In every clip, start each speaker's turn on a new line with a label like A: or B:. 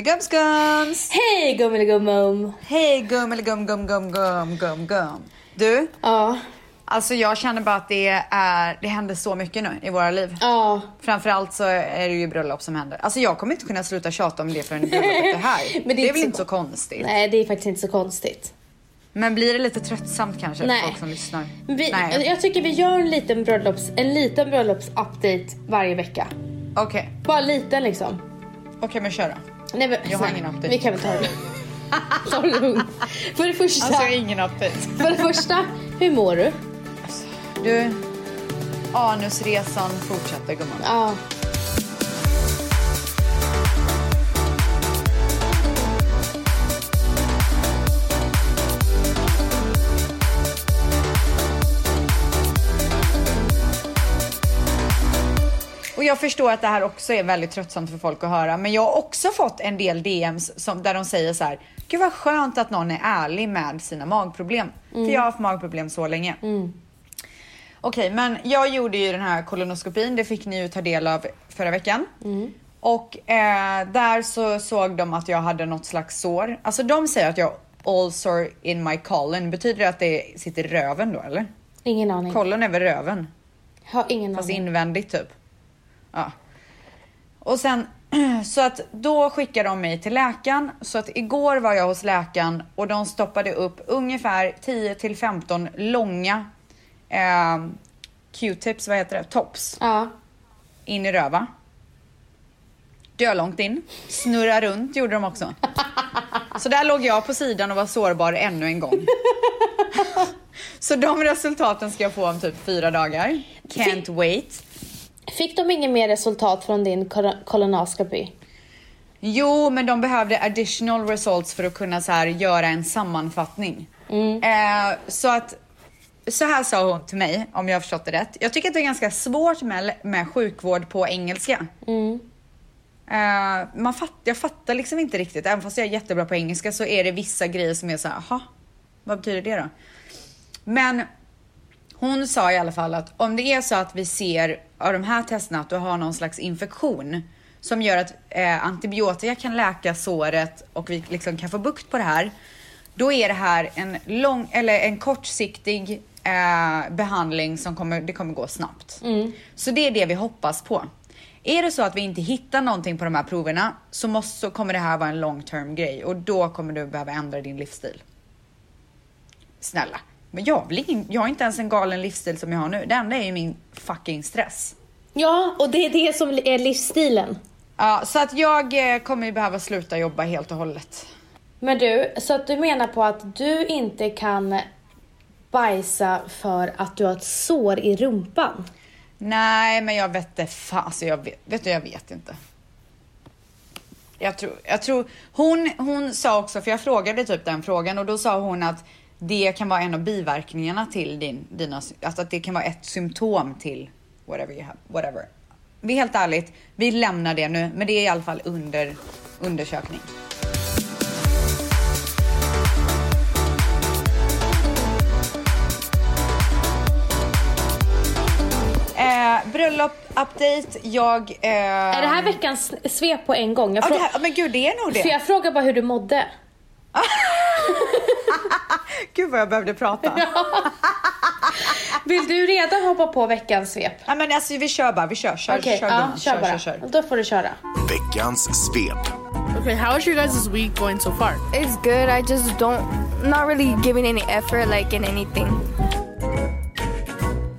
A: Gumsilligumskums!
B: Hej gummeligumum!
A: Hej gummeligum-gum-gum-gum-gum-gum! Du,
B: Ja,
A: alltså jag känner bara att det, är, det händer så mycket nu i våra liv.
B: ja.
A: Framförallt så är det ju bröllop som händer. Alltså jag kommer inte kunna sluta tjata om det förrän bröllopet är här.
B: Men det är
A: det är väl
B: inte så-
A: inte så konstigt?
B: Nej, det är faktiskt inte så konstigt.
A: Men blir det lite tröttsamt kanske
B: Nej.
A: för folk som lyssnar?
B: Vi,
A: Nej.
B: Jag tycker vi gör en liten bröllops, en liten bröllopsupdate varje vecka.
A: Okej,
B: Bara liten liksom.
A: okej men kör då.
B: Nej, men,
A: Jag har ingen update.
B: Vi kan väl ta det lugnt. Ta det lugnt. För det första,
A: Alltså ingen update.
B: för det första, hur mår du?
A: Du, anusresan fortsätter gumman.
B: Ja.
A: Och jag förstår att det här också är väldigt tröttsamt för folk att höra, men jag har också fått en del DMs som, där de säger så här, gud vad skönt att någon är ärlig med sina magproblem. För jag har haft magproblem så länge. Okej, men jag gjorde ju den här kolonoskopin, det fick ni ju ta del av förra veckan. Och eh, där så såg de att jag hade något slags sår. Alltså de säger att jag har ulcer in my colon. Betyder det att det sitter i röven då eller?
B: Ingen aning.
A: Colon är väl röven?
B: Har ingen
A: Fast
B: aning.
A: invändigt typ. Ja. Och sen så att då skickar de mig till läkaren. Så att igår var jag hos läkaren och de stoppade upp ungefär 10 till 15 långa eh, Q-tips, vad heter det? Tops.
B: Ja.
A: In i röva. Dölångt in. Snurra runt gjorde de också. Så där låg jag på sidan och var sårbar ännu en gång. Så de resultaten ska jag få om typ fyra dagar. Can't wait.
B: Fick de inget mer resultat från din kol- kolonoskopi?
A: Jo, men de behövde additional results för att kunna så här, göra en sammanfattning. Eh, så att så här sa hon till mig, om jag har förstått det rätt. Jag tycker att det är ganska svårt med, med sjukvård på engelska. Eh, man fatt, jag fattar liksom inte riktigt, även fast jag är jättebra på engelska så är det vissa grejer som är så här, jaha, vad betyder det då? Men hon sa i alla fall att om det är så att vi ser av de här testerna att du har någon slags infektion som gör att eh, antibiotika kan läka såret och vi liksom kan få bukt på det här. Då är det här en, lång, eller en kortsiktig eh, behandling som kommer, det kommer gå snabbt. Så det är det vi hoppas på. Är det så att vi inte hittar någonting på de här proverna så, måste, så kommer det här vara en long term grej och då kommer du behöva ändra din livsstil. Snälla. Men jag, vill ingen, jag har inte ens en galen livsstil som jag har nu. Det enda är ju min fucking stress.
B: Ja, och det är det som är livsstilen.
A: Ja, så att jag eh, kommer ju behöva sluta jobba helt och hållet.
B: Men du, så att du menar på att du inte kan bajsa för att du har ett sår i rumpan?
A: Nej, men jag vet inte fan, alltså jag vet, vet du, jag vet inte. Jag tror, jag tror, hon, hon sa också, för jag frågade typ den frågan och då sa hon att det kan vara en av biverkningarna till din, dina, alltså att det kan vara ett symptom till whatever you have, whatever. Vi är helt ärligt, vi lämnar det nu, men det är i alla fall under undersökning. Eh, Bröllop-update, jag... Eh,
B: Är det här veckans svep på en gång? Jag
A: Ja, det
B: frå-
A: här, men gud, det är nog det.
B: för jag frågar bara hur du mådde.
A: Gud vad jag behövde prata.
B: Vill du redan hoppa på veckans svep?
A: Nej men alltså vi kör bara, vi kör. Kör,
B: Okej,
A: kör,
B: ja,
A: gumman.
B: kör bara. Då får du köra.
C: Veckans svep.
D: Okay, how is your guys' week going so far?
E: It's good. I just don't, not really giving any effort like in anything.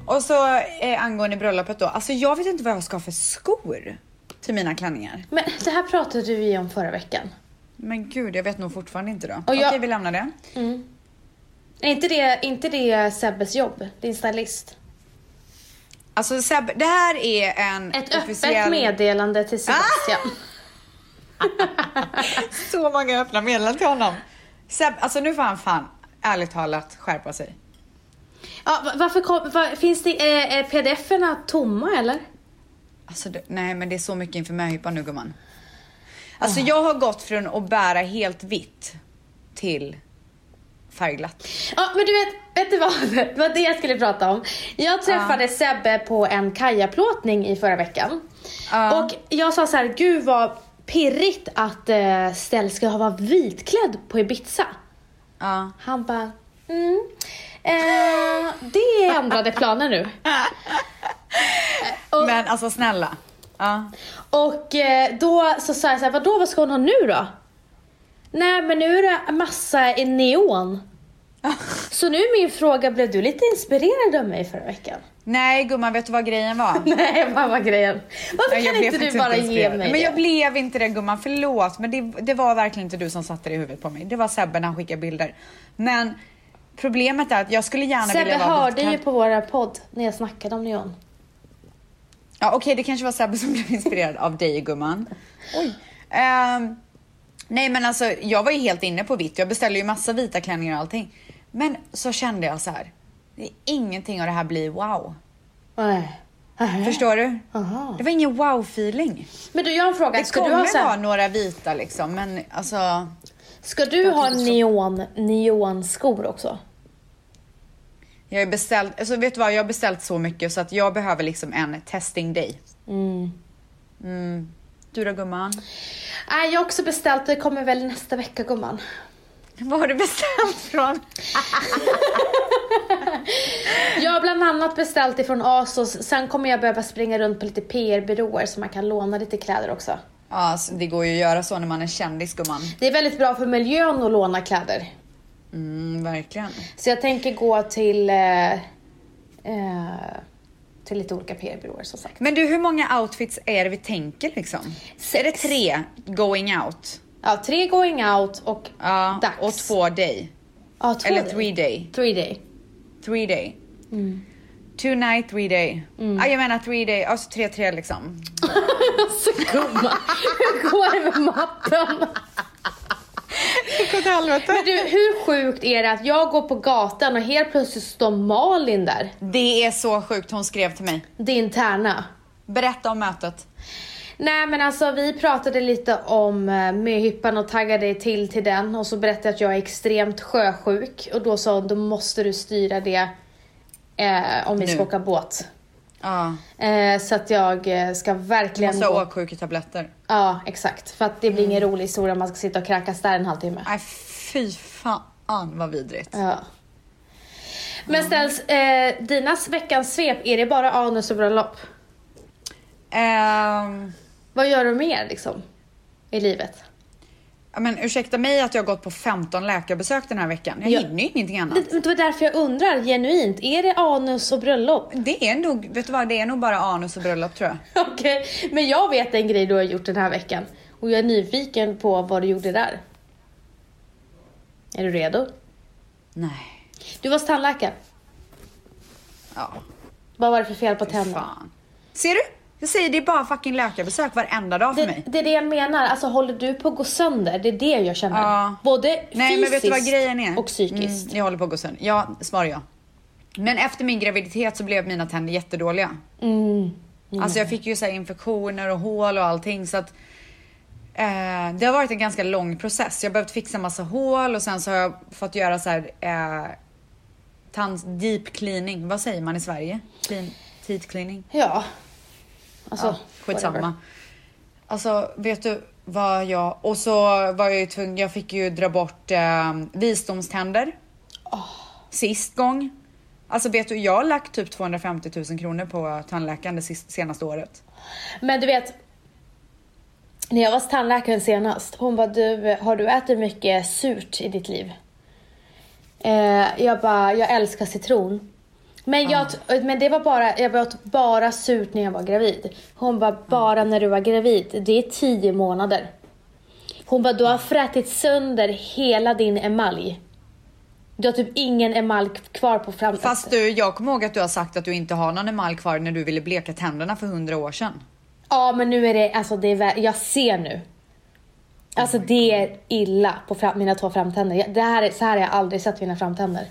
A: Och så eh, angående bröllopet då. Alltså jag vet inte vad jag ska ha för skor till mina klänningar.
B: Men det här pratade du ju om förra veckan.
A: Men gud, jag vet nog fortfarande inte då.
B: Och
A: Okej,
B: jag-
A: vi lämnar det.
B: Är inte det, inte det Sebbes jobb? Din stylist?
A: Alltså Seb, det här är en
B: Ett öppet
A: officiell...
B: meddelande till Sebastian.
A: Så många öppna meddelanden till honom. Seb, alltså nu får han fan, ärligt talat, skärpa sig.
B: Ja, va- varför kom, va, finns det, eh, eh, pdf-erna tomma eller?
A: Alltså, det, nej men det är så mycket inför möhippan nu gumman.
B: Ah.
A: Alltså jag har gått från att bära helt vitt till färgglatt.
B: Ja, men du vet, vet du vad? Det var det jag skulle prata om. Jag träffade Sebbe på en kajaplåtning i förra veckan.
A: Ja.
B: Och jag sa så här, gud vad pirrigt att eh, Stell ska ha varit vitklädd på Ibiza.
A: Ja.
B: Han bara, mm. Eh, det är ändrade planer nu. Och-
A: Men alltså snälla. Ja.
B: Och eh, då så sa jag så här, vadå vad ska hon ha nu då? Nej men nu är det massa i neon. Så nu är min fråga, blev du lite inspirerad av mig förra veckan?
A: Nej gumman, vet du vad grejen var?
B: Nej vad var grejen? Varför
A: Nej, jag
B: kan
A: blev
B: inte du
A: faktiskt
B: bara ge
A: inspirerad.
B: mig
A: Men jag
B: det?
A: blev inte det gumman, förlåt. Men det, det var verkligen inte du som satte det i huvudet på mig. Det var Sebbe när han skickade bilder. Men problemet är att jag skulle gärna
B: Sebbe
A: vilja vara
B: hörde
A: vitklädd.
B: ju på våra podd när jag snackade om neon.
A: Ja, okej, det kanske var Sebbe som blev inspirerad av dig gumman. Oj. nej, men alltså jag var ju helt inne på vitt. Jag beställde ju massa vita klänningar och allting. Men så kände jag så här. Det är ingenting av det här blir wow.
B: Nej.
A: Förstår du?
B: Aha.
A: Det var ingen wow-feeling.
B: Men du, jag har en fråga.
A: Det
B: Ska du ha,
A: kommer
B: så
A: vara
B: här,
A: några vita liksom, men alltså.
B: ska du ha neon, neonskor också?
A: Jag har beställt, alltså vet du vad, jag har beställt så mycket så att jag behöver liksom en testing day. Mm. Du då gumman?
B: Nej, jag har också beställt. Det kommer väl nästa vecka, gumman.
A: Vad har du beställt från?
B: Jag har bland annat beställt ifrån ASOS. Sen kommer jag behöva springa runt på lite PR-byråer så man kan låna lite kläder också.
A: Ja, så det går ju att göra så när man är kändis gumman.
B: Det är väldigt bra för miljön att låna kläder.
A: Mm, verkligen.
B: Så jag tänker gå till, eh, eh, till lite olika PR-byråer som sagt.
A: Men du, hur många outfits är det vi tänker liksom? Är det tre going out?
B: Ja, tre going out och
A: Ja,
B: dags.
A: och två day.
B: Ja, två
A: Eller
B: day.
A: three day.
B: Three day.
A: Three day. Two night, three day. Ah, jag menar three day, alltså tre, tre liksom.
B: Alltså gumman, hur går det med matten?
A: Det går till helvete.
B: Men du, hur sjukt är det att jag går på gatan och helt plötsligt står Malin där?
A: Det är så sjukt, hon skrev till mig.
B: Din tärna.
A: Berätta om mötet.
B: Nej men alltså vi pratade lite om eh, möhippan och taggade till till den och så berättade jag att jag är extremt sjösjuk och då sa hon då måste du styra det eh, om vi ska
A: Nu.
B: åka båt.
A: Ja,
B: Eh, så att jag eh, ska verkligen
A: måste Mm.
B: gå-
A: ha åksjuketabletter.
B: Ja exakt, för att det blir ingen rolig historia om man ska sitta och kräkas där en halvtimme.
A: Nej, fy fan vad vidrigt.
B: Ja. Men ställs, eh, dinas veckans svep, är det bara anus och bröllop?
A: Ehm,
B: Vad gör du mer liksom? I livet?
A: ja, men ursäkta mig att jag har gått på 15 läkarbesök den här veckan. Jag
B: Ja.
A: hinner ju ingenting annat.
B: Det, men det var därför jag undrar genuint, är det anus och bröllop?
A: Det är nog, vet du vad, det är nog bara anus och bröllop tror jag.
B: Okej, men jag vet en grej du har gjort den här veckan och jag är nyfiken på vad du gjorde där. Är du redo?
A: Nej.
B: Du var hos tandläkaren.
A: Ja,
B: Vad var det för fel på tänderna?
A: fan. Ser du? Jag säger det är bara fucking läkarbesök varenda dag för
B: Det,
A: mig.
B: det är det jag menar, alltså håller du på att gå sönder? Det är det jag känner.
A: Ja.
B: Både
A: Nej men vet
B: fysiskt
A: du vad grejen är?
B: och psykiskt.
A: Mm, jag håller på att gå sönder. Ja, svarar jag. Men efter min graviditet så blev mina tänder jättedåliga.
B: Mm.
A: Alltså jag fick ju så här infektioner och hål och allting så att eh, det har varit en ganska lång process. Jag har behövt fixa massa hål och sen så har jag fått göra så här eh, tands deep cleaning. Vad säger man i Sverige? Clean, teeth cleaning?
B: Ja. Alltså,
A: Mm. Ja,
B: whatever.
A: skitsamma. Alltså, vet du vad jag... Och så var jag ju tvungen, jag fick ju dra bort eh, visdomständer. Sist gång. Alltså vet du, jag har lagt typ 250 000 kronor på tandläkaren det sis- senaste året.
B: Men du vet, när jag var hos tandläkaren senast, hon bara du, har du ätit mycket surt i ditt liv? Eh, jag bara, jag älskar citron. Men, jag, t- men det var bara, jag åt bara surt när jag var gravid. Hon bara, bara när du var gravid. Det är tio månader. Hon bara, du har frätit sönder hela din emalj. Du har typ ingen emalj kvar på framsidan.
A: Fast du, jag kommer ihåg att du har sagt att du inte har någon emalj kvar när du ville bleka tänderna för hundra år sedan.
B: Ja men nu är det, alltså det är, vä- jag ser nu. Alltså
A: Oh
B: det är illa på fram, mina två framtänder. Jag- Det här är, så här har jag aldrig sett mina framtänder.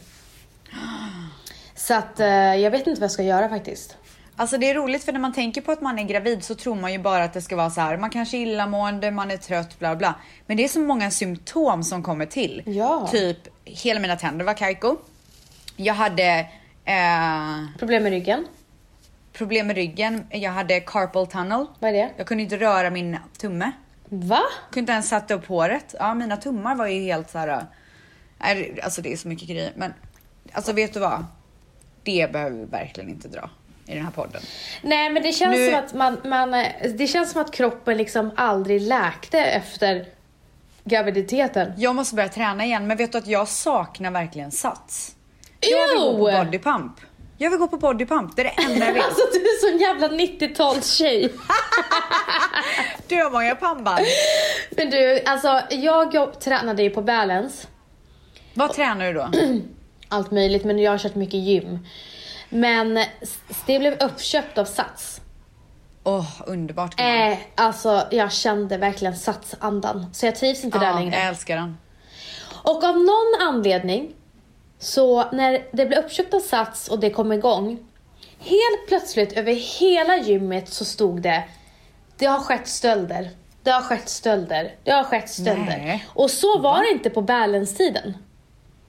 B: Så att eh, jag vet inte vad jag ska göra faktiskt.
A: Alltså det är roligt för när man tänker på att man är gravid så tror man ju bara att det ska vara så här. man kanske är illamående, man är trött, bla bla. Men det är så många symptom som kommer till.
B: Ja.
A: Typ, hela mina tänder var kajko. Jag hade eh,
B: Problem med ryggen,
A: problem med ryggen, jag hade carpal tunnel.
B: vad är det?
A: Jag kunde inte röra min tumme.
B: Va?
A: Kunde inte ens sätta upp håret. Ja, mina tummar var ju helt så här. Nej, det- Alltså det är så mycket grejer. Men alltså vet du vad? Det behöver vi verkligen inte dra i den här podden.
B: Nej men det känns
A: Nu-
B: som att man, man, eh, det känns som att kroppen liksom aldrig läkte efter graviditeten.
A: Jag måste börja träna igen, men vet du att jag saknar verkligen sats. Jag vill gå
B: Ew!
A: på body pump. Jag vill gå på body pump. Det är det enda jag vill.
B: Alltså du är sån jävla 90-talstjej.
A: Du har många pannband.
B: Men du, alltså jag jobb, tränade ju på balance.
A: Vad tränar du då?
B: Allt möjligt, men jag har kört mycket gym. Men s- det blev uppköpt av Sats.
A: Åh, underbart. gumman.
B: Eh, alltså jag kände verkligen Satsandan. Så jag trivs inte där
A: ja, eh.
B: längre.
A: jag älskar den.
B: Och av någon anledning, så när det blev uppköpt av Sats och det kom igång, helt plötsligt över hela gymmet så stod det Det har skett stölder. Det har skett stölder. Det har skett stölder.
A: Nej.
B: Och så var det inte på Balance-tiden.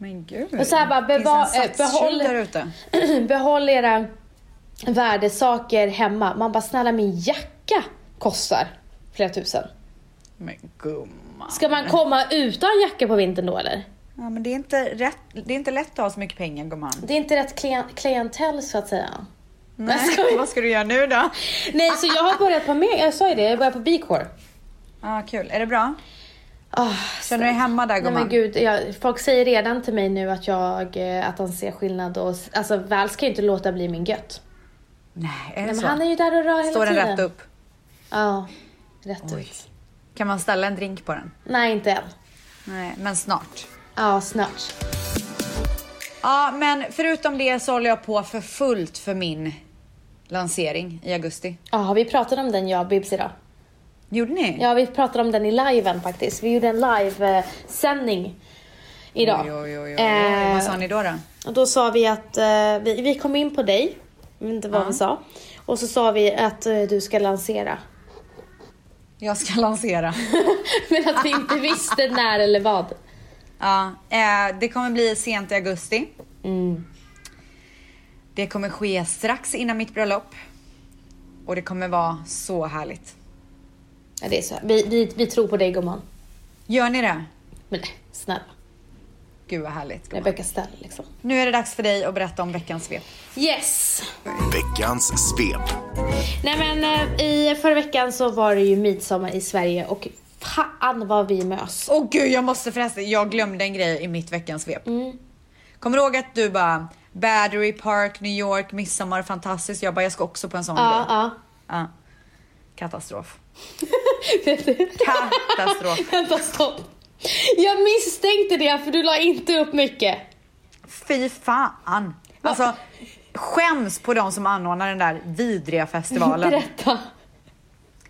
A: Men gud.
B: Och så här bara, beva-
A: Finns det en
B: eh,
A: satstjuv
B: behåll-
A: där ute?
B: Behåll era värdesaker hemma. Man bara, snälla min jacka kostar flera tusen.
A: Men gumman.
B: Ska man komma utan jacka på vintern då eller?
A: Ja, men det är, inte rätt, det är inte lätt att ha så mycket pengar gumman.
B: Det är inte rätt klien- klientell så att säga.
A: Nej, vad ska du göra nu då?
B: Nej, så jag har börjat på med, jag sa ju det, jag började på B-core.
A: Ja, kul. Är det bra?
B: Ah,
A: Känner du dig hemma där
B: Nej
A: gumman?
B: men gud, jag, folk säger redan till mig nu att jag, eh, att de ser skillnad och, s- alltså Vals kan ju inte låta bli min gött.
A: Nej, är det
B: Nej,
A: så?
B: men han är ju där och rör
A: Står
B: hela
A: den
B: tiden.
A: rätt upp?
B: Ja, rätt
A: Oj.
B: ut.
A: Kan man ställa en drink på den?
B: Nej, inte än.
A: Nej, men snart.
B: Ja, snart.
A: Ja, men förutom det så håller jag på för fullt för min lansering i augusti.
B: Ja, vi pratade om den jag och Bibs idag.
A: Gjorde ni?
B: Ja, vi pratade om den i liven faktiskt. Vi gjorde en live-sändning idag.
A: Oj, oj, oj, oj, oj. Vad sa ni då? då?
B: Och då sa vi att eh, vi, vi kom in på dig, jag vet inte vad vi sa. Och så sa vi att eh, du ska lansera.
A: Jag ska lansera.
B: Men att vi inte visste när eller vad.
A: Ja, eh, det kommer bli sent i augusti. Mm. Det kommer ske strax innan mitt bröllop. Och det kommer vara så härligt.
B: Ja, det är så. Vi, vi, vi tror på dig gumman.
A: Gör ni det?
B: Men nej, snälla.
A: Gud vad härligt.
B: Rebecca Stell liksom.
A: Nu är det dags för dig att berätta om veckans svep.
B: Yes!
C: Veckans svep.
B: Nej men eh, i förra veckan så var det ju midsommar i Sverige och fan vad vi mös.
A: Åh gud, jag måste förresten, jag glömde en grej i mitt veckans svep. Kommer du ihåg att du bara Battery Park, New York, midsommar, fantastiskt. Jag bara, jag ska också på en sån
B: Ja,
A: grej.
B: ja.
A: Ja. Katastrof. Katastrof.
B: Vänta, stopp. Jag misstänkte det för du la inte upp mycket.
A: Fy fan. Alltså, skäms på de som anordnar den där vidriga festivalen.
B: Berätta.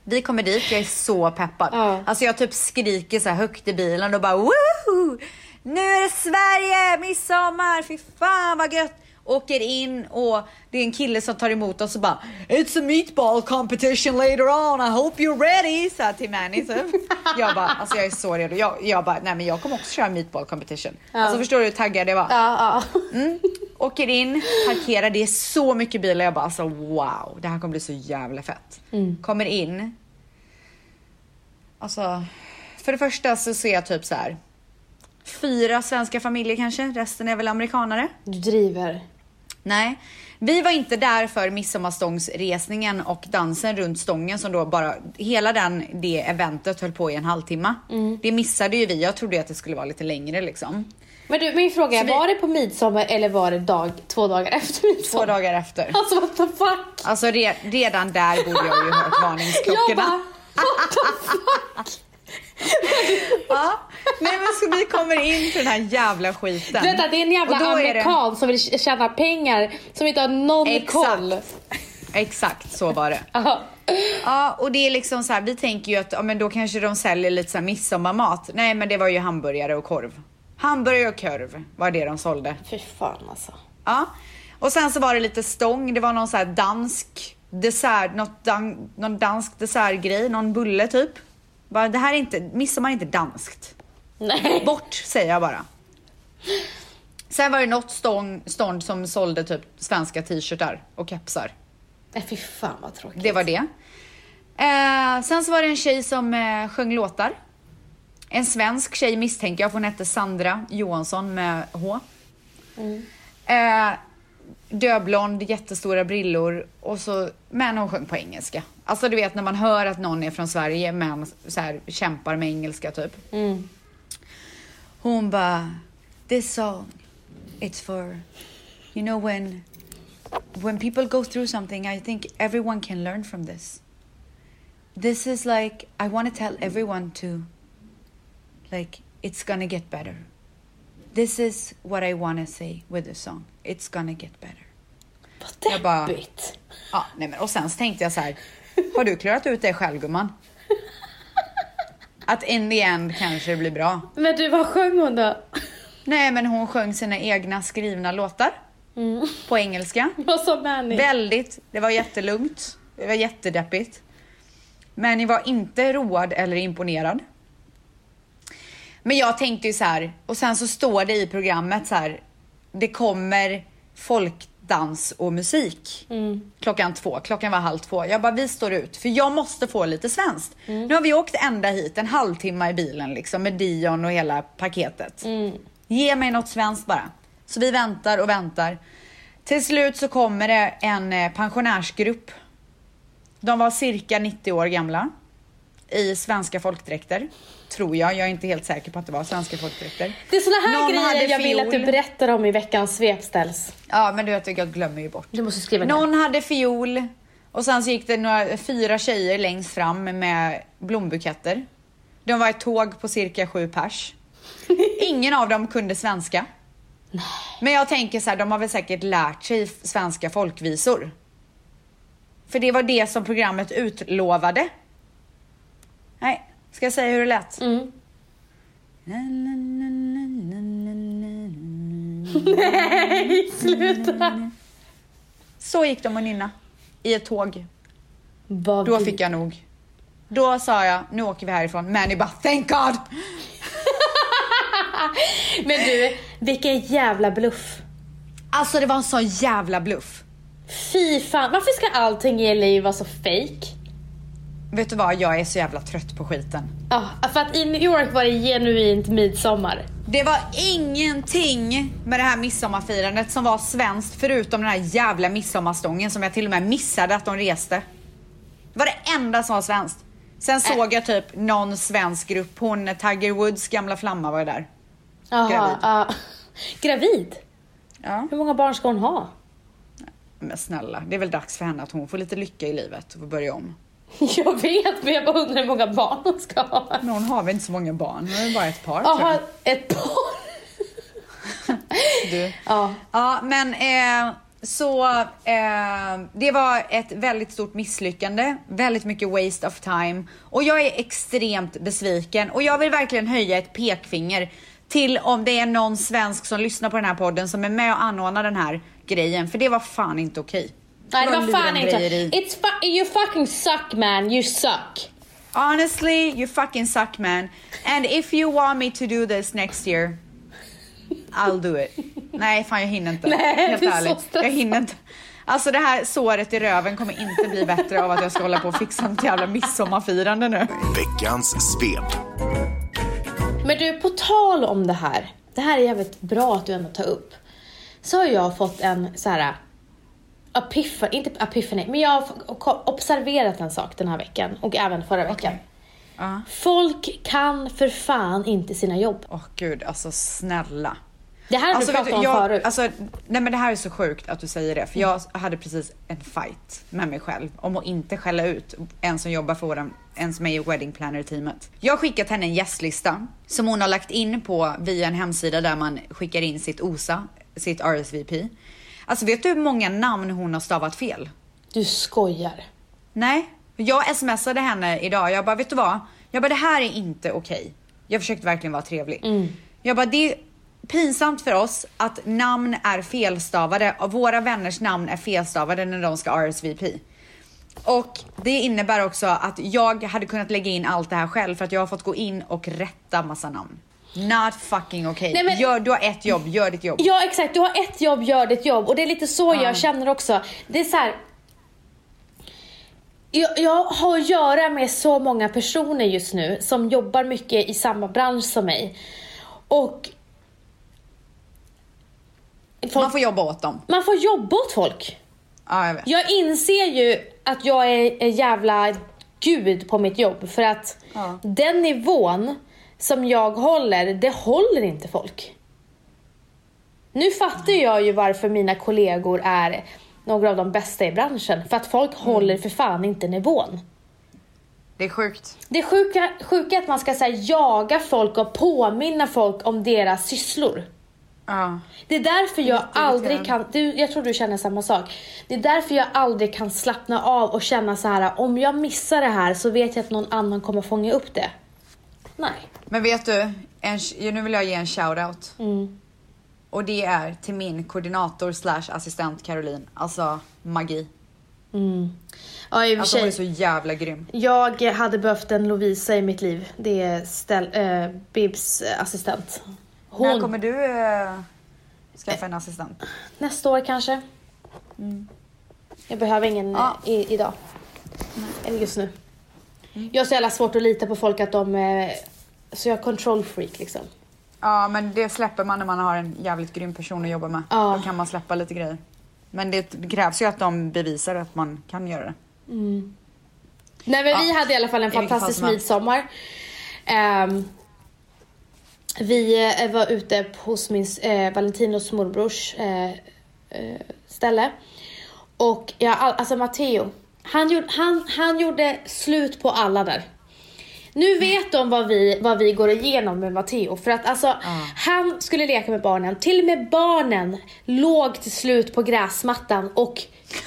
A: Vi kommer dit, jag är så peppad.
B: Ja.
A: Alltså jag typ skriker så här högt i bilen och bara woho! Nu är det Sverige, midsommar, fy fan vad gött! Åker in och det är en kille som tar emot oss och bara It's a meatball competition later on, I hope you're ready! Så här till Manny typ. Jag bara, alltså jag är så redo. Jag, jag bara, nej men jag kommer också köra meatball competition. Alltså förstår du hur taggad jag var?
B: Ja, ja.
A: Åker in, parkerar, det är så mycket bilar. Jag bara alltså wow, det här kommer bli så jävla fett. Kommer in. Alltså, för det första så ser jag typ så här. Fyra svenska familjer kanske, resten är väl amerikanare.
B: Du driver.
A: Nej, vi var inte där för midsommarstångsresningen och dansen runt stången som då bara, hela den, det eventet höll på i en halvtimme. Det missade ju vi, jag trodde ju att det skulle vara lite längre liksom.
B: Men du, min fråga är,
A: Så vi-
B: var det på midsommar eller var det dag, två dagar efter midsommar?
A: Två dagar efter.
B: Alltså what the fuck?
A: Alltså re, redan där borde jag ju hört
B: Jag
A: varningsklockorna.
B: bara, what the fuck?
A: Ja. Nej men så vi kommer in till den här jävla skiten.
B: Vänta, det är en jävla
A: Och då är det-
B: amerikan som vill tjäna pengar som inte har någon koll.
A: Exakt. Exakt så var det.
B: Ja.
A: Ja och det är liksom så här, vi tänker ju att ja, men då kanske de säljer lite så här midsommarmat. Nej men det var ju hamburgare och korv. Hamburgare och korv var det de sålde.
B: Fy fan alltså.
A: Ja. Och sen så var det lite stång, det var någon så här dansk dessert, något dan, någon dansk dessertgrej, någon bulle typ. Bara, det här är inte, midsommar är inte danskt.
B: Nej.
A: Bort säger jag bara. Sen var det något stång, stånd som sålde typ svenska t-shirtar och kepsar.
B: Nej fy fan vad tråkigt.
A: Det var det. Eh, sen så var det en tjej som eh, sjöng låtar. En svensk tjej misstänker jag, för hon hette Sandra Johansson med H. Eh, dövblond, jättestora brillor och så, men hon sjöng på engelska. Alltså du vet när man hör att någon är från Sverige men så här, kämpar med engelska typ. Hon bara, this song, it's for, you know when, when people go through something I think everyone can learn from this. This is like, I want to tell everyone to, like, it's gonna get better. This is what I want to say with the song. It's gonna get better.
B: Vad
A: Jag bara-
B: deppigt.
A: Ja, nej men, och sen så tänkte jag så här, har du klarat ut det själv gumman? Att in the end kanske det blir bra.
B: Men du, vad sjöng hon då?
A: Nej men hon sjöng sina egna skrivna låtar på engelska.
B: Vad sa Manny?
A: Väldigt, det var jättelugnt. Det var jättedeppigt. Men ni var inte road eller imponerad. Men jag tänkte ju så här, och sen så står det i programmet så här, det kommer folkdans och musik klockan två. Klockan var halv två. Jag bara, vi står ut, för jag måste få lite svenskt. Nu har vi åkt ända hit, en halvtimme i bilen liksom med Dion och hela paketet. Ge mig något svenskt bara. Så vi väntar och väntar. Till slut så kommer det en eh, pensionärsgrupp. De var cirka 90 år gamla. I svenska folkdräkter. Tror jag, jag är inte helt säker på att det var svenska folkdräkter.
B: Det är såna här
A: Någon hade
B: grejer jag vill att du
A: fiol.
B: berättar om i veckans svepställs.
A: Ja men du vet, jag glömmer ju bort.
B: Du måste skriva ner.
A: Någon hade fiol och sen så gick det några, fyra tjejer längst fram med blombuketter. De var ett tåg på cirka sju pers. Ingen av dem kunde svenska. Men jag tänker så här, de har väl säkert lärt sig f- svenska folkvisor. För det var det som programmet utlovade. Nej, ska jag säga hur det lät?
B: Mm. Nej, sluta!
A: Så gick de och nynna i ett tåg.
B: Vad
A: Då
B: vi-
A: fick jag nog. Då sa jag, nu åker vi härifrån. Manny bara, thank God!
B: Men du, vilken jävla bluff.
A: Alltså det var en sån jävla bluff.
B: Fy fan, varför ska allting i LA vara så fake?
A: Vet du vad, jag är så jävla trött på skiten.
B: Ja, för att i New York var det genuint midsommar.
A: Det var ingenting med det här midsommarfirandet som var svenskt förutom den här jävla midsommarstången som jag till och med missade att de reste. Det var det enda som var svenskt. Sen såg jag typ någon svensk grupp, hon Tiger Woods gamla flamma var ju där.
B: Aha,
A: Gravid.
B: ja. Gravid?
A: Ja.
B: Hur många barn ska hon ha?
A: Men snälla, det är väl dags för henne att hon får lite lycka i livet och får börja om.
B: Jag vet, men jag bara undrar hur många barn hon ska ha.
A: Men hon har väl inte så många barn, hon har ju bara ett par tror
B: Jaha,
A: jag.
B: ett par?
A: Du.
B: Ja.
A: Ja, men eh, så eh, det var ett väldigt stort misslyckande, väldigt mycket waste of time och jag är extremt besviken och jag vill verkligen höja ett pekfinger till om det är någon svensk som lyssnar på den här podden som är med och anordnar den här grejen för det var fan inte okej.
B: Nej, det
A: Det
B: var
A: var
B: fan inte.
A: lurendrejeri.
B: It's fu- you fucking suck man, you suck.
A: Honestly, you fucking suck man and if you want me to do this next year I'll do it. Nej, fan jag hinner inte.
B: Nej,
A: Helt
B: du är så
A: ärligt.
B: stressad.
A: Jag hinner inte. Alltså det här såret i röven kommer inte bli bättre av att jag ska hålla på och fixa ett jävla midsommarfirande nu.
C: Veckans svep.
B: Men du, på tal om det här. Det här är jävligt bra att du ändå tar upp. Så har jag fått en så här epiphany, inte epiphany, men jag har f- observerat en sak den här veckan och även förra veckan.
A: Ja.
B: Folk kan för fan inte sina jobb.
A: Åh gud, alltså snälla.
B: Det här har
A: Alltså,
B: du
A: vet du,
B: pratat om förut.
A: jag, alltså, nej men det här är så sjukt att du säger det, för jag hade precis en fight med mig själv om att inte skälla ut en som jobbar för våran, en som är i wedding planner teamet. Jag har skickat henne en gästlista som hon har lagt in på via en hemsida där man skickar in sitt OSA, sitt RSVP. Alltså vet du hur många namn hon har stavat fel?
B: Du skojar.
A: Nej, jag smsade henne idag. Jag bara, vet du vad? Jag bara, det här är inte okej. Jag försökte verkligen vara trevlig. Jag bara, det är pinsamt för oss att namn är felstavade. Och våra vänners namn är felstavade när de ska RSVP. Och det innebär också att jag hade kunnat lägga in allt det här själv för att jag har fått gå in och rätta massa namn. Not fucking okej.
B: Nej, men-
A: Gör, du har ett jobb, gör ditt jobb.
B: Ja exakt, du har ett jobb, gör ditt jobb. Och det är lite så jag känner också. Det är så här. Jag, jag har att göra med så många personer just nu som jobbar mycket i samma bransch som mig. Och
A: Man får jobba åt dem.
B: man får jobba åt folk.
A: Ja, jag vet.
B: Jag inser ju att jag är en jävla gud på mitt jobb för att
A: Ja.
B: den nivån som jag håller, det håller inte folk. Nu fattar jag ju varför mina kollegor är några av de bästa i branschen. För att folk håller för fan inte nivån.
A: Det är sjukt.
B: Det sjuka, sjuka är att man ska så här, jaga folk och påminna folk om deras sysslor.
A: Ja.
B: Det är därför jag aldrig
A: irriterande.
B: kan, du, jag tror du känner samma sak. Det är därför jag aldrig kan slappna av och känna så här om jag missar det här så vet jag att någon annan kommer fånga upp det. Nej.
A: Men vet du, en, nu vill jag ge en shoutout. Och det är till min koordinator slash assistent Caroline. Alltså magi.
B: Ja i och för
A: Alltså hon är
B: sig.
A: så jävla grym.
B: Jag hade behövt en Lovisa i mitt liv. Det är ställ, eh, Bibs eh, assistent.
A: När
B: Hon,
A: kommer du eh, skaffa en assistent?
B: nästa år kanske. Mm. Jag behöver ingen eh,
A: Ja.
B: i, idag. Eller just nu. Jag har så jävla svårt att lita på folk att de, eh, så jag är control freak liksom.
A: Ja men det släpper man när man har en jävligt grym person att jobba med.
B: Ja.
A: Då kan man släppa lite grejer. Men det krävs ju att de bevisar att man kan göra det.
B: Nej men
A: Ja,
B: vi hade i alla fall en
A: i vilket fall
B: fantastisk
A: som helst.
B: midsommar. Ehm, vi eh, var ute hos min eh, Valentinos morbrors eh, eh, ställe. Och jag, all- alltså Matteo, han, gjorde- han, han gjorde slut på alla där. Nu vet de vad vi, vad vi går igenom med Matteo. För att alltså, han skulle leka med barnen. Till och med barnen låg till slut på gräsmattan och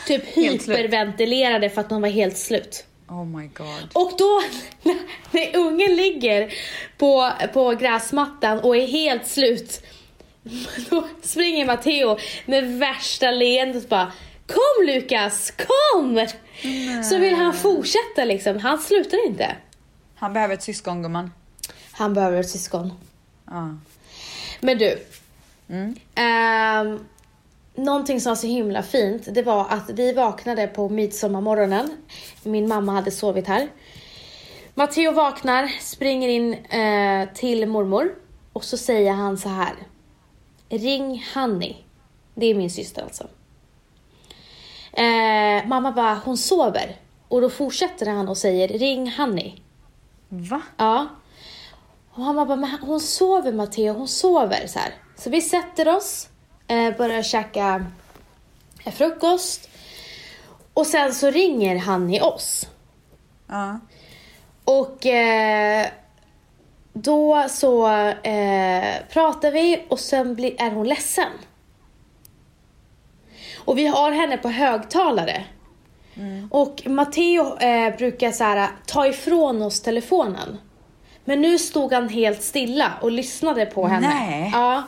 B: typ
A: Helt slut.
B: hyperventilerade för att de var helt slut.
A: Oh my god.
B: Och då, när, när ungen ligger på, på gräsmattan och är helt slut, då springer Matteo med värsta leendet bara Kom Lukas, kom! Så vill han fortsätta liksom, han slutar inte.
A: Han behöver ett syskon gumman.
B: Han behöver ett syskon.
A: Ja.
B: Men du. Ehm, någonting som var så himla fint, det var att vi vaknade på midsommarmorgonen. Min mamma hade sovit här. Matteo vaknar, springer in eh, till mormor och så säger han så här. Ring Hanni. Det är min syster alltså. Eh, mamma bara, hon sover. Och då fortsätter han och säger, ring Hanni.
A: Va?
B: Ja. Och han bara, men hon sover Matteo, hon sover. Så, här. så vi sätter oss, eh, börjar käka frukost. Och sen så ringer han i oss.
A: Ja.
B: Och eh, då så eh, pratar vi och sen blir, är hon ledsen. Och vi har henne på högtalare. Och Matteo eh, brukar så här, ta ifrån oss telefonen. Men nu stod han helt stilla och lyssnade på henne.
A: Nej.
B: Ja.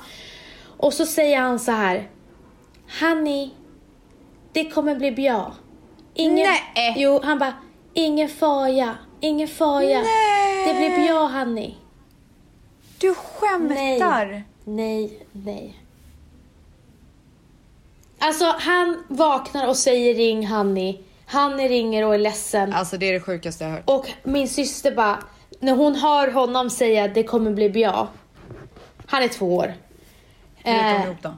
B: Och så säger han så här. Honey, det kommer bli bra. Ingen,
A: Nej.
B: Jo, han bara, ingen fara, ingen fara.
A: Nej.
B: Det blir bra Hanni.
A: Du skämtar?
B: Nej, nej, nej. Alltså han vaknar och säger ring Hanni. Hanni ringer och är ledsen.
A: Alltså det är det sjukaste jag har hört.
B: Och min syster bara, när hon hör honom säga det kommer bli bra. Han är två år.
A: Hur gick de
B: Eh,
A: ihop då?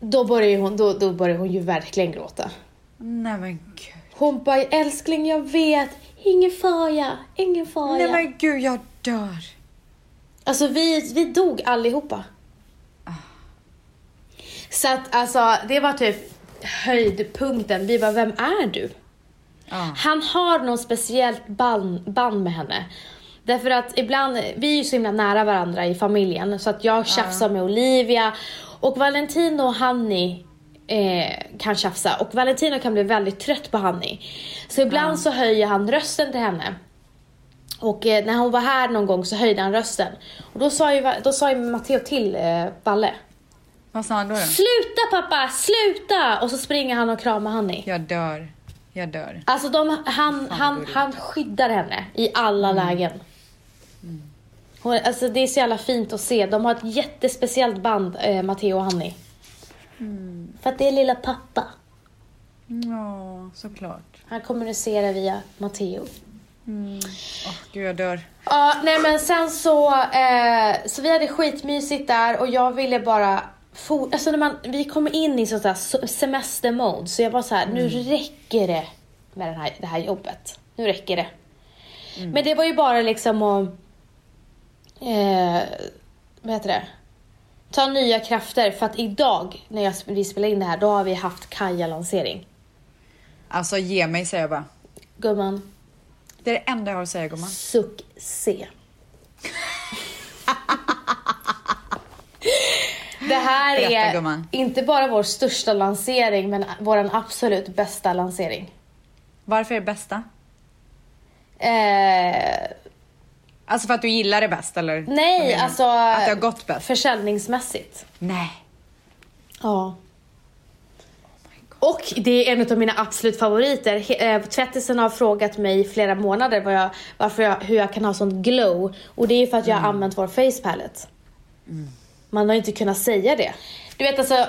B: då, börjar ju hon, då, då börjar hon ju verkligen gråta.
A: Nej men gud.
B: Hon bara, älskling jag vet, ingen fara, ingen fara.
A: Nej men gud jag dör.
B: Alltså vi, vi dog allihopa. Så att alltså det var typ höjdpunkten. Vi bara, vem är du?
A: Ja.
B: Han har någon speciellt band, band med henne. Därför att ibland, vi är ju så himla nära varandra i familjen så att jag tjafsar med Olivia och Valentino och Hanni eh, kan tjafsa och Valentino kan bli väldigt trött på Hanni. Så ibland så höjer han rösten till henne. Och eh, när hon var här någon gång så höjde han rösten. Och då sa ju, Va- då sa ju Matteo till eh, Balle.
A: Vad sa han då? då?
B: Sluta pappa, sluta! Och så springer han och kramar Hanni.
A: Jag dör. Jag dör.
B: Alltså de, han, han, han skyddar henne i alla lägen. Hon, alltså det är så jävla fint att se. De har ett jättespeciellt band, eh, Matteo och Hanni. För att det är lilla pappa.
A: Ja, såklart.
B: Han kommunicerar via Matteo.
A: Åh, gud jag dör.
B: Ja, nej men sen så, eh, så vi hade skitmysigt där och jag ville bara for- alltså när man, vi kom in i sånt där so- semestermode så jag bara så här, nu räcker det med den här, det här jobbet. Nu räcker det. Men det var ju bara liksom att, eh, vad heter det? Ta nya krafter för att idag när jag, vi spelar in det här, då har vi haft Kaja-lansering.
A: Alltså ge mig säger jag bara.
B: Gumman,
A: Det är det enda jag har att säga gumman.
B: Succé. Det här
A: Berätta,
B: är
A: gumman.
B: inte bara vår största lansering, men vår absolut bästa lansering.
A: Varför är det bästa?
B: Eh,
A: Alltså för att du gillar det bäst eller? Vad
B: nej,
A: menar du?
B: alltså...
A: Att det har gått bäst?
B: Försäljningsmässigt.
A: Nej.
B: Ja. Och det är en av mina absolut favoriter. He- eh, Tvättisen har frågat mig i flera månader vad jag, varför jag, hur jag kan ha sånt glow. Och det är ju för att jag har använt vår face palette. Man har ju inte kunnat säga det. Du vet alltså,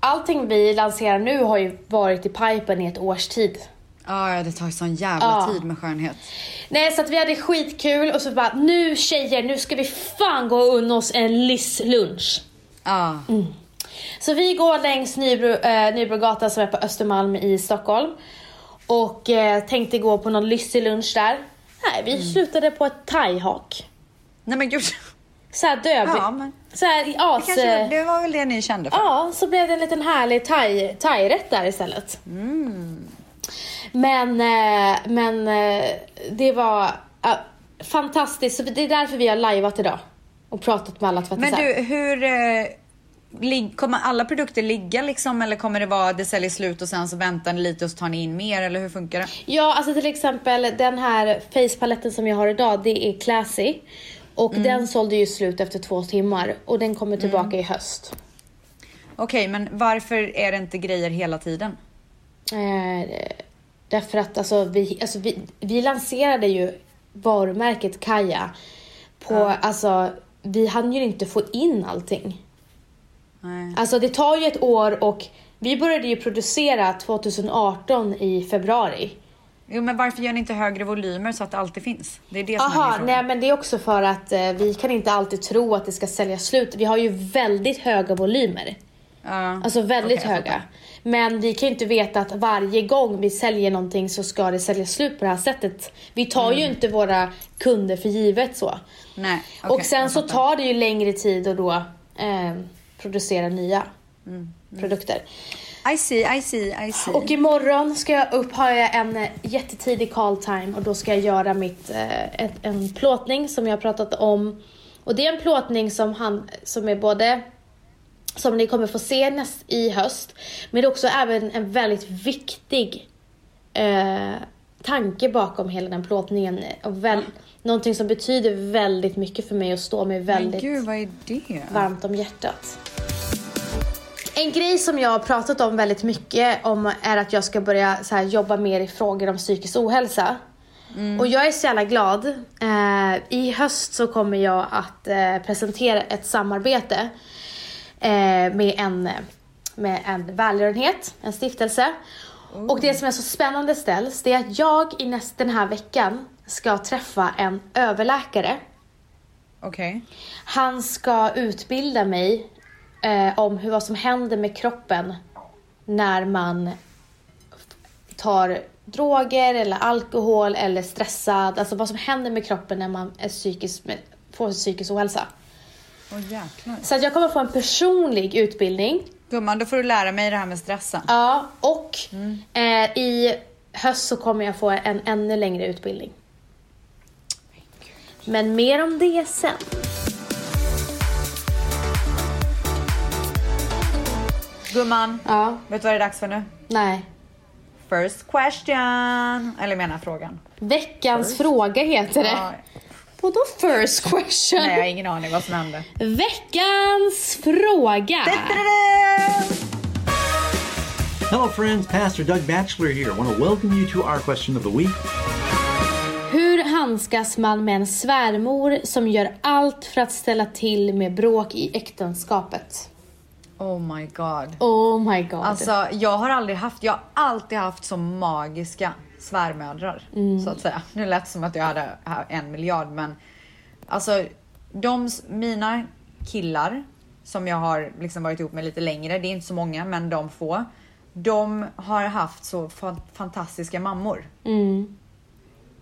B: allting vi lanserar nu har ju varit i pipen i ett års tid.
A: Ja, ja, det tar ju sån jävla
B: Ja.
A: tid med skönhet.
B: Nej, så att vi hade skitkul och så bara, nu tjejer, nu ska vi fan gå och unna oss en lyss-lunch.
A: Ja.
B: Mm. Så vi går längs Nybro, eh, Nybrogatan som är på Östermalm i Stockholm. Och eh, tänkte gå på någon lyssig lunch där. Nej,
A: Mm.
B: vi slutade på ett thaihak.
A: Nej men gud.
B: Såhär döv...
A: Ja, men-
B: Såhär as...
A: Kanske, det var väl det ni kände för?
B: Alltså- Ja, så blev det en liten härlig thai- thai-rätt där istället.
A: Mm.
B: Men, eh, men eh, det var eh, fantastiskt. Så det är därför vi har lajvat idag. Och pratat med alla tvättisar.
A: Men du, hur... Eh, lig- kommer alla produkter ligga liksom eller kommer det vara det säljer slut och sen så väntar ni lite och så tar ni in mer eller hur funkar det?
B: Ja, alltså till exempel den här facepaletten som jag har idag, det är Classy. Och den sålde ju slut efter två timmar och den kommer tillbaka i höst.
A: Okej, men varför är det inte grejer hela tiden?
B: Eh, därför att alltså, vi, alltså, vi, vi lanserade ju varumärket Kaja på, alltså vi hann ju inte få in allting.
A: Nej.
B: Alltså det tar ju ett år och vi började ju producera 2018 i februari.
A: Jo, men varför gör ni inte högre volymer så att det alltid finns? Det är det som är
B: Aha,
A: min fråga.
B: nej men det är också för att eh, vi kan inte alltid tro att det ska sälja slut. Vi har ju väldigt höga volymer.
A: Ja.
B: Alltså väldigt
A: Okej, jag
B: höga. Men vi kan ju inte veta att varje gång vi säljer någonting så ska det sälja slut på det här sättet. Vi tar ju inte våra kunder för givet så.
A: Nej, Mm. okej,
B: och sen
A: jag
B: så
A: fattar.
B: tar det ju längre tid att då eh, producera nya
A: Mm.
B: produkter.
A: I see, I see, I see.
B: Och imorgon ska jag upp, har jag en eh, jättetidig call time och då ska jag göra mitt, eh, ett, en plåtning som jag har pratat om. Och det är en plåtning som, han, som är både, som ni kommer få se näst, i höst, men det är också även en väldigt viktig eh, tanke bakom hela den plåtningen. Och väl, Någonting som betyder väldigt mycket för mig och står mig
A: men
B: väldigt
A: gud, vad är det?
B: varmt om hjärtat. En grej som jag har pratat om väldigt mycket om är att jag ska börja så här, jobba mer i frågor om psykisk ohälsa. Och jag är så jävla glad. Eh, I höst så kommer jag att eh, presentera ett samarbete eh, med, en, med en välgörenhet, en stiftelse. Och det som är så spännande ställs, det är att jag i näst, den här veckan ska träffa en överläkare
A: Okej.
B: han ska utbilda mig eh, om hur, vad som händer med kroppen när man f- tar droger eller alkohol eller stressad. Alltså vad som händer med kroppen när man är psykisk, med- får psykisk ohälsa.
A: Åh jäklar.
B: Så att jag kommer få en personlig utbildning.
A: Gumman, då får du lära mig det här med stressen.
B: Ja, och eh, i höst så kommer jag få en ännu längre utbildning. Men mer om det sen.
A: Gumman,
B: Ja,
A: vet du vad det är dags för nu?
B: nej.
A: First question. Eller jag menar frågan.
B: Veckans fråga heter det.
A: Ja,
B: Vadå first question?
A: nej, jag har ingen aning vad som hände.
B: Veckans fråga!
F: Hello, friends. Pastor Doug Batchelor here. I want to welcome you to our question of the week.
B: Hur handskas man med en svärmor som gör allt för att ställa till med bråk i äktenskapet?
A: Oh my god.
B: Oh my god.
A: Alltså jag har aldrig haft, jag har alltid haft så magiska svärmödrar så att säga. Nu lät det som att jag hade ha- en miljard men alltså de, s- mina killar som jag har liksom varit ihop med lite längre, det är inte så många men de få. De har haft så fa- fantastiska mammor.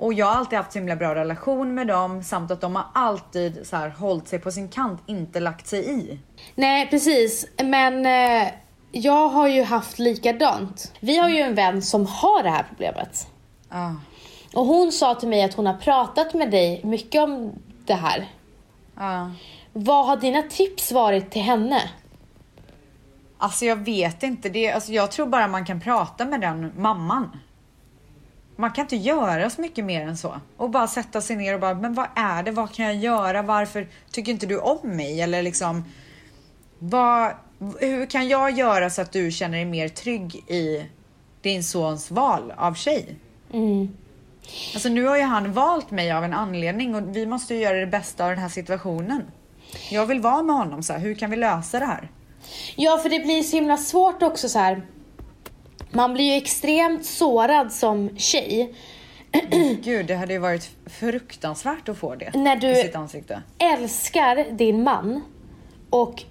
A: Och jag har alltid haft så himla bra relation med dem samt att de har alltid så här hållit sig på sin kant, inte lagt sig i.
B: Nej, precis. Men eh, jag har ju haft likadant. Vi har ju en vän som har det här problemet.
A: Ah,
B: Och hon sa till mig att hon har pratat med dig mycket om det här.
A: ah.
B: Vad har dina tips varit till henne?
A: Alltså jag vet inte. Det, alltså jag tror bara man kan prata med den mamman. Man kan inte göra så mycket mer än så. Och bara sätta sig ner och bara, men vad är det? Vad kan jag göra? Varför tycker inte du om mig? Eller liksom, vad, hur kan jag göra så att du känner dig mer trygg i din sons val av tjej? Alltså nu har ju han valt mig av en anledning och vi måste ju göra det bästa av den här situationen. Jag vill vara med honom så här. hur kan vi lösa det här?
B: Ja, för det blir så himla svårt också så här. Man blir ju extremt sårad som tjej.
A: Gud, det hade ju varit fruktansvärt att få det
B: När du-
A: i sitt ansikte.
B: Älskar din man och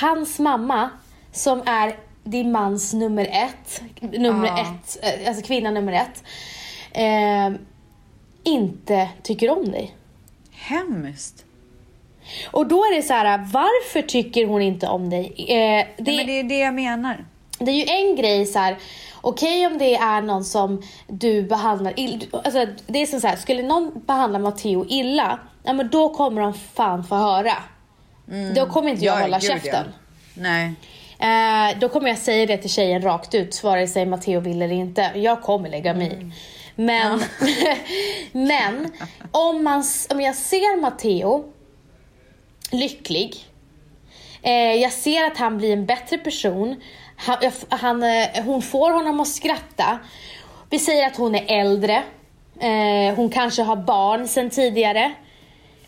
B: hans mamma som är din mans nummer ett, nummer
A: Ja.
B: ett eh, alltså kvinna nummer ett, eh, inte tycker om dig.
A: Hemskt!
B: Och då är det så här, varför tycker hon inte om dig? Eh, det,
A: Nej, men det är det jag menar.
B: Det är ju en grej så här. Okej om det är någon som du behandlar illa. Alltså, det är som så här, skulle någon behandla Matteo illa, ja, men då kommer de fan få höra. Då kommer inte jag
A: Mm. Ja,
B: hålla
A: gud, ja.
B: käften.
A: Nej.
B: Eh, då kommer jag säga det till tjejen rakt ut, vare sig Matteo vill eller inte. Jag kommer lägga mig i. Men, men om, man, s- om jag ser Matteo lycklig, eh, jag ser att han blir en bättre person, han, jag f- han, eh, hon får honom att skratta. Vi säger att hon är äldre, eh, hon kanske har barn sen tidigare.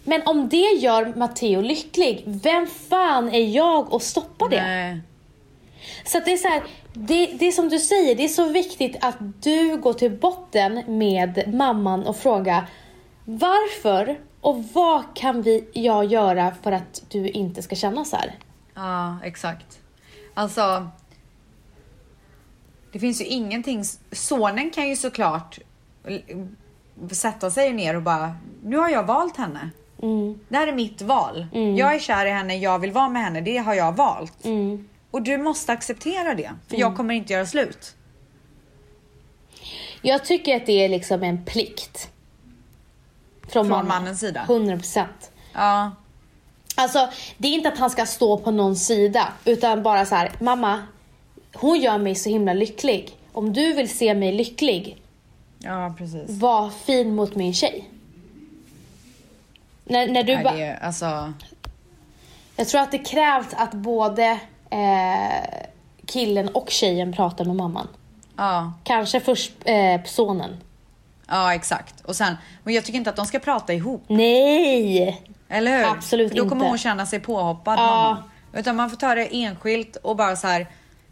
B: Men om det gör Matteo lycklig, vem fan är jag att stoppa det?
A: Nej.
B: Så att det är så här, det, det är som du säger, det är så viktigt att du går till botten med mamman och frågar varför och vad kan vi, jag göra för att du inte ska känna så här?
A: Ja, exakt. Alltså, det finns ju ingenting. Sonen kan ju såklart l- sätta sig ner och bara, nu har jag valt henne.
B: Mm.
A: Det här är mitt val. Jag är kär i henne, jag vill vara med henne, det har jag valt.
B: Mm.
A: Och du måste acceptera det, för jag kommer inte göra slut.
B: Jag tycker att det är liksom en plikt. Från,
A: Från
B: mamman.
A: mannens sida?
B: 100%.
A: Ja,
B: Alltså, det är inte att han ska stå på någon sida, utan bara så här, mamma, hon gör mig så himla lycklig. Om du vill se mig lycklig,
A: ja precis.
B: var fin mot min tjej. När, när du
A: Nej,
B: ba-
A: det är, alltså,
B: Jag tror att det krävs att både eh, killen och tjejen pratar med mamman.
A: ja,
B: Kanske först eh, sonen.
A: ja exakt. Och sen, men jag tycker inte att de ska prata ihop,
B: Nej!
A: eller hur?
B: Absolut
A: För då kommer
B: inte.
A: hon känna sig påhoppad.
B: Ja.
A: mamma. Utan man får ta det enskilt och bara så här,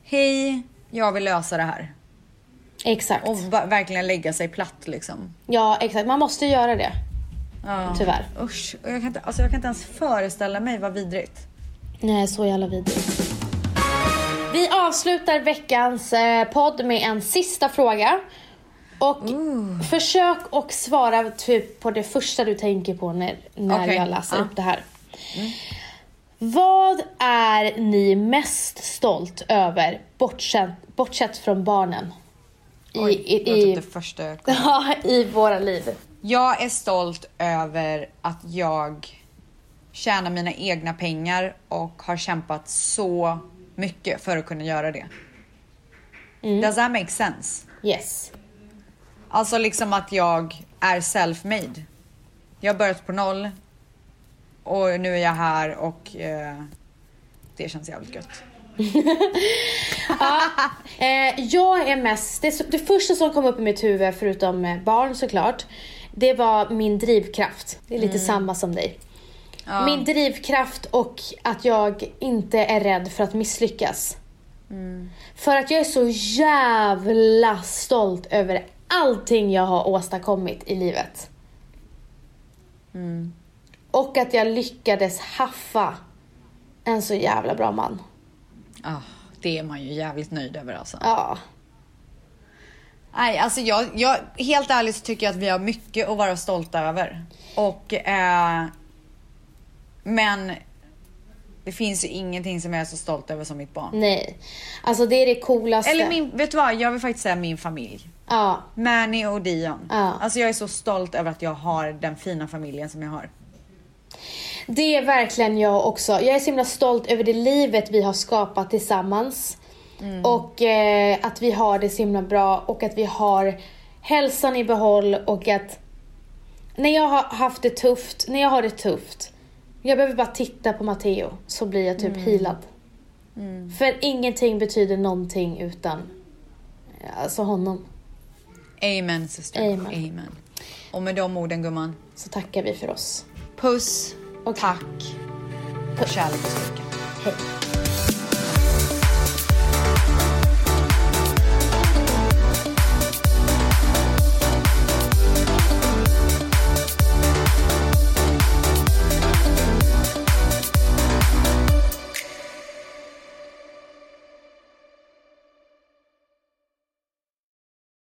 A: hej, jag vill lösa det här.
B: Exakt.
A: Och ba- verkligen lägga sig platt liksom.
B: Ja, exakt. Man måste göra det.
A: Ja.
B: Tyvärr.
A: Usch, och jag kan, inte, alltså jag kan inte ens föreställa mig vad vidrigt.
B: Nej, så jävla vidrigt. Vi avslutar veckans eh, podd med en sista fråga. Och
A: Mm.
B: försök och svara typ på det första du tänker på när, när
A: Okej.
B: jag läser
A: Ja. Mm.
B: upp det här. Vad är ni mest stolt över, bortsett, bortsett från barnen? I,
A: Oj, det
B: i,
A: var typ
B: i,
A: det första jag kom.
B: ja, I våra liv.
A: Jag är stolt över att jag tjänar mina egna pengar och har kämpat så mycket för att kunna göra det. Does that make sense?
B: Yes.
A: Alltså liksom att jag är self-made. Jag har börjat på noll och nu är jag här och eh, det känns jävligt gött.
B: Eh, jag är mest, det, det första som kom upp i mitt huvud, förutom eh, barn såklart, det var min drivkraft. Det är lite samma som dig. Min drivkraft och att jag inte är rädd för att misslyckas. För att jag är så jävla stolt över allting jag har åstadkommit i livet. Och att jag lyckades haffa en så jävla bra man.
A: Ah, det är man ju jävligt nöjd över alltså.
B: Ja.
A: Nej, alltså jag, jag, helt ärligt så tycker jag att vi har mycket att vara stolta över. Och, eh, men det finns ju ingenting som jag är så stolt över som mitt barn.
B: Nej. Alltså det är det coolaste.
A: Eller min, vet du vad? Jag vill faktiskt säga min familj.
B: Ja.
A: Mani och Dion.
B: Ja.
A: Alltså jag är så stolt över att jag har den fina familjen som jag har.
B: Det är verkligen jag också. Jag är så himla stolt över det livet vi har skapat tillsammans.
A: Mm.
B: Och eh, att vi har det så himla bra och att vi har hälsan i behåll och att när jag har haft det tufft, när jag har det tufft, jag behöver bara titta på Matteo så blir jag
A: Mm.
B: typ healad. För ingenting betyder någonting utan eh, alltså honom.
A: Amen syster.
B: Amen.
A: Och med de orden gumman.
B: Så tackar vi för oss.
A: Puss,
B: Okej.
A: tack och kärlek och styrka.
B: Hej.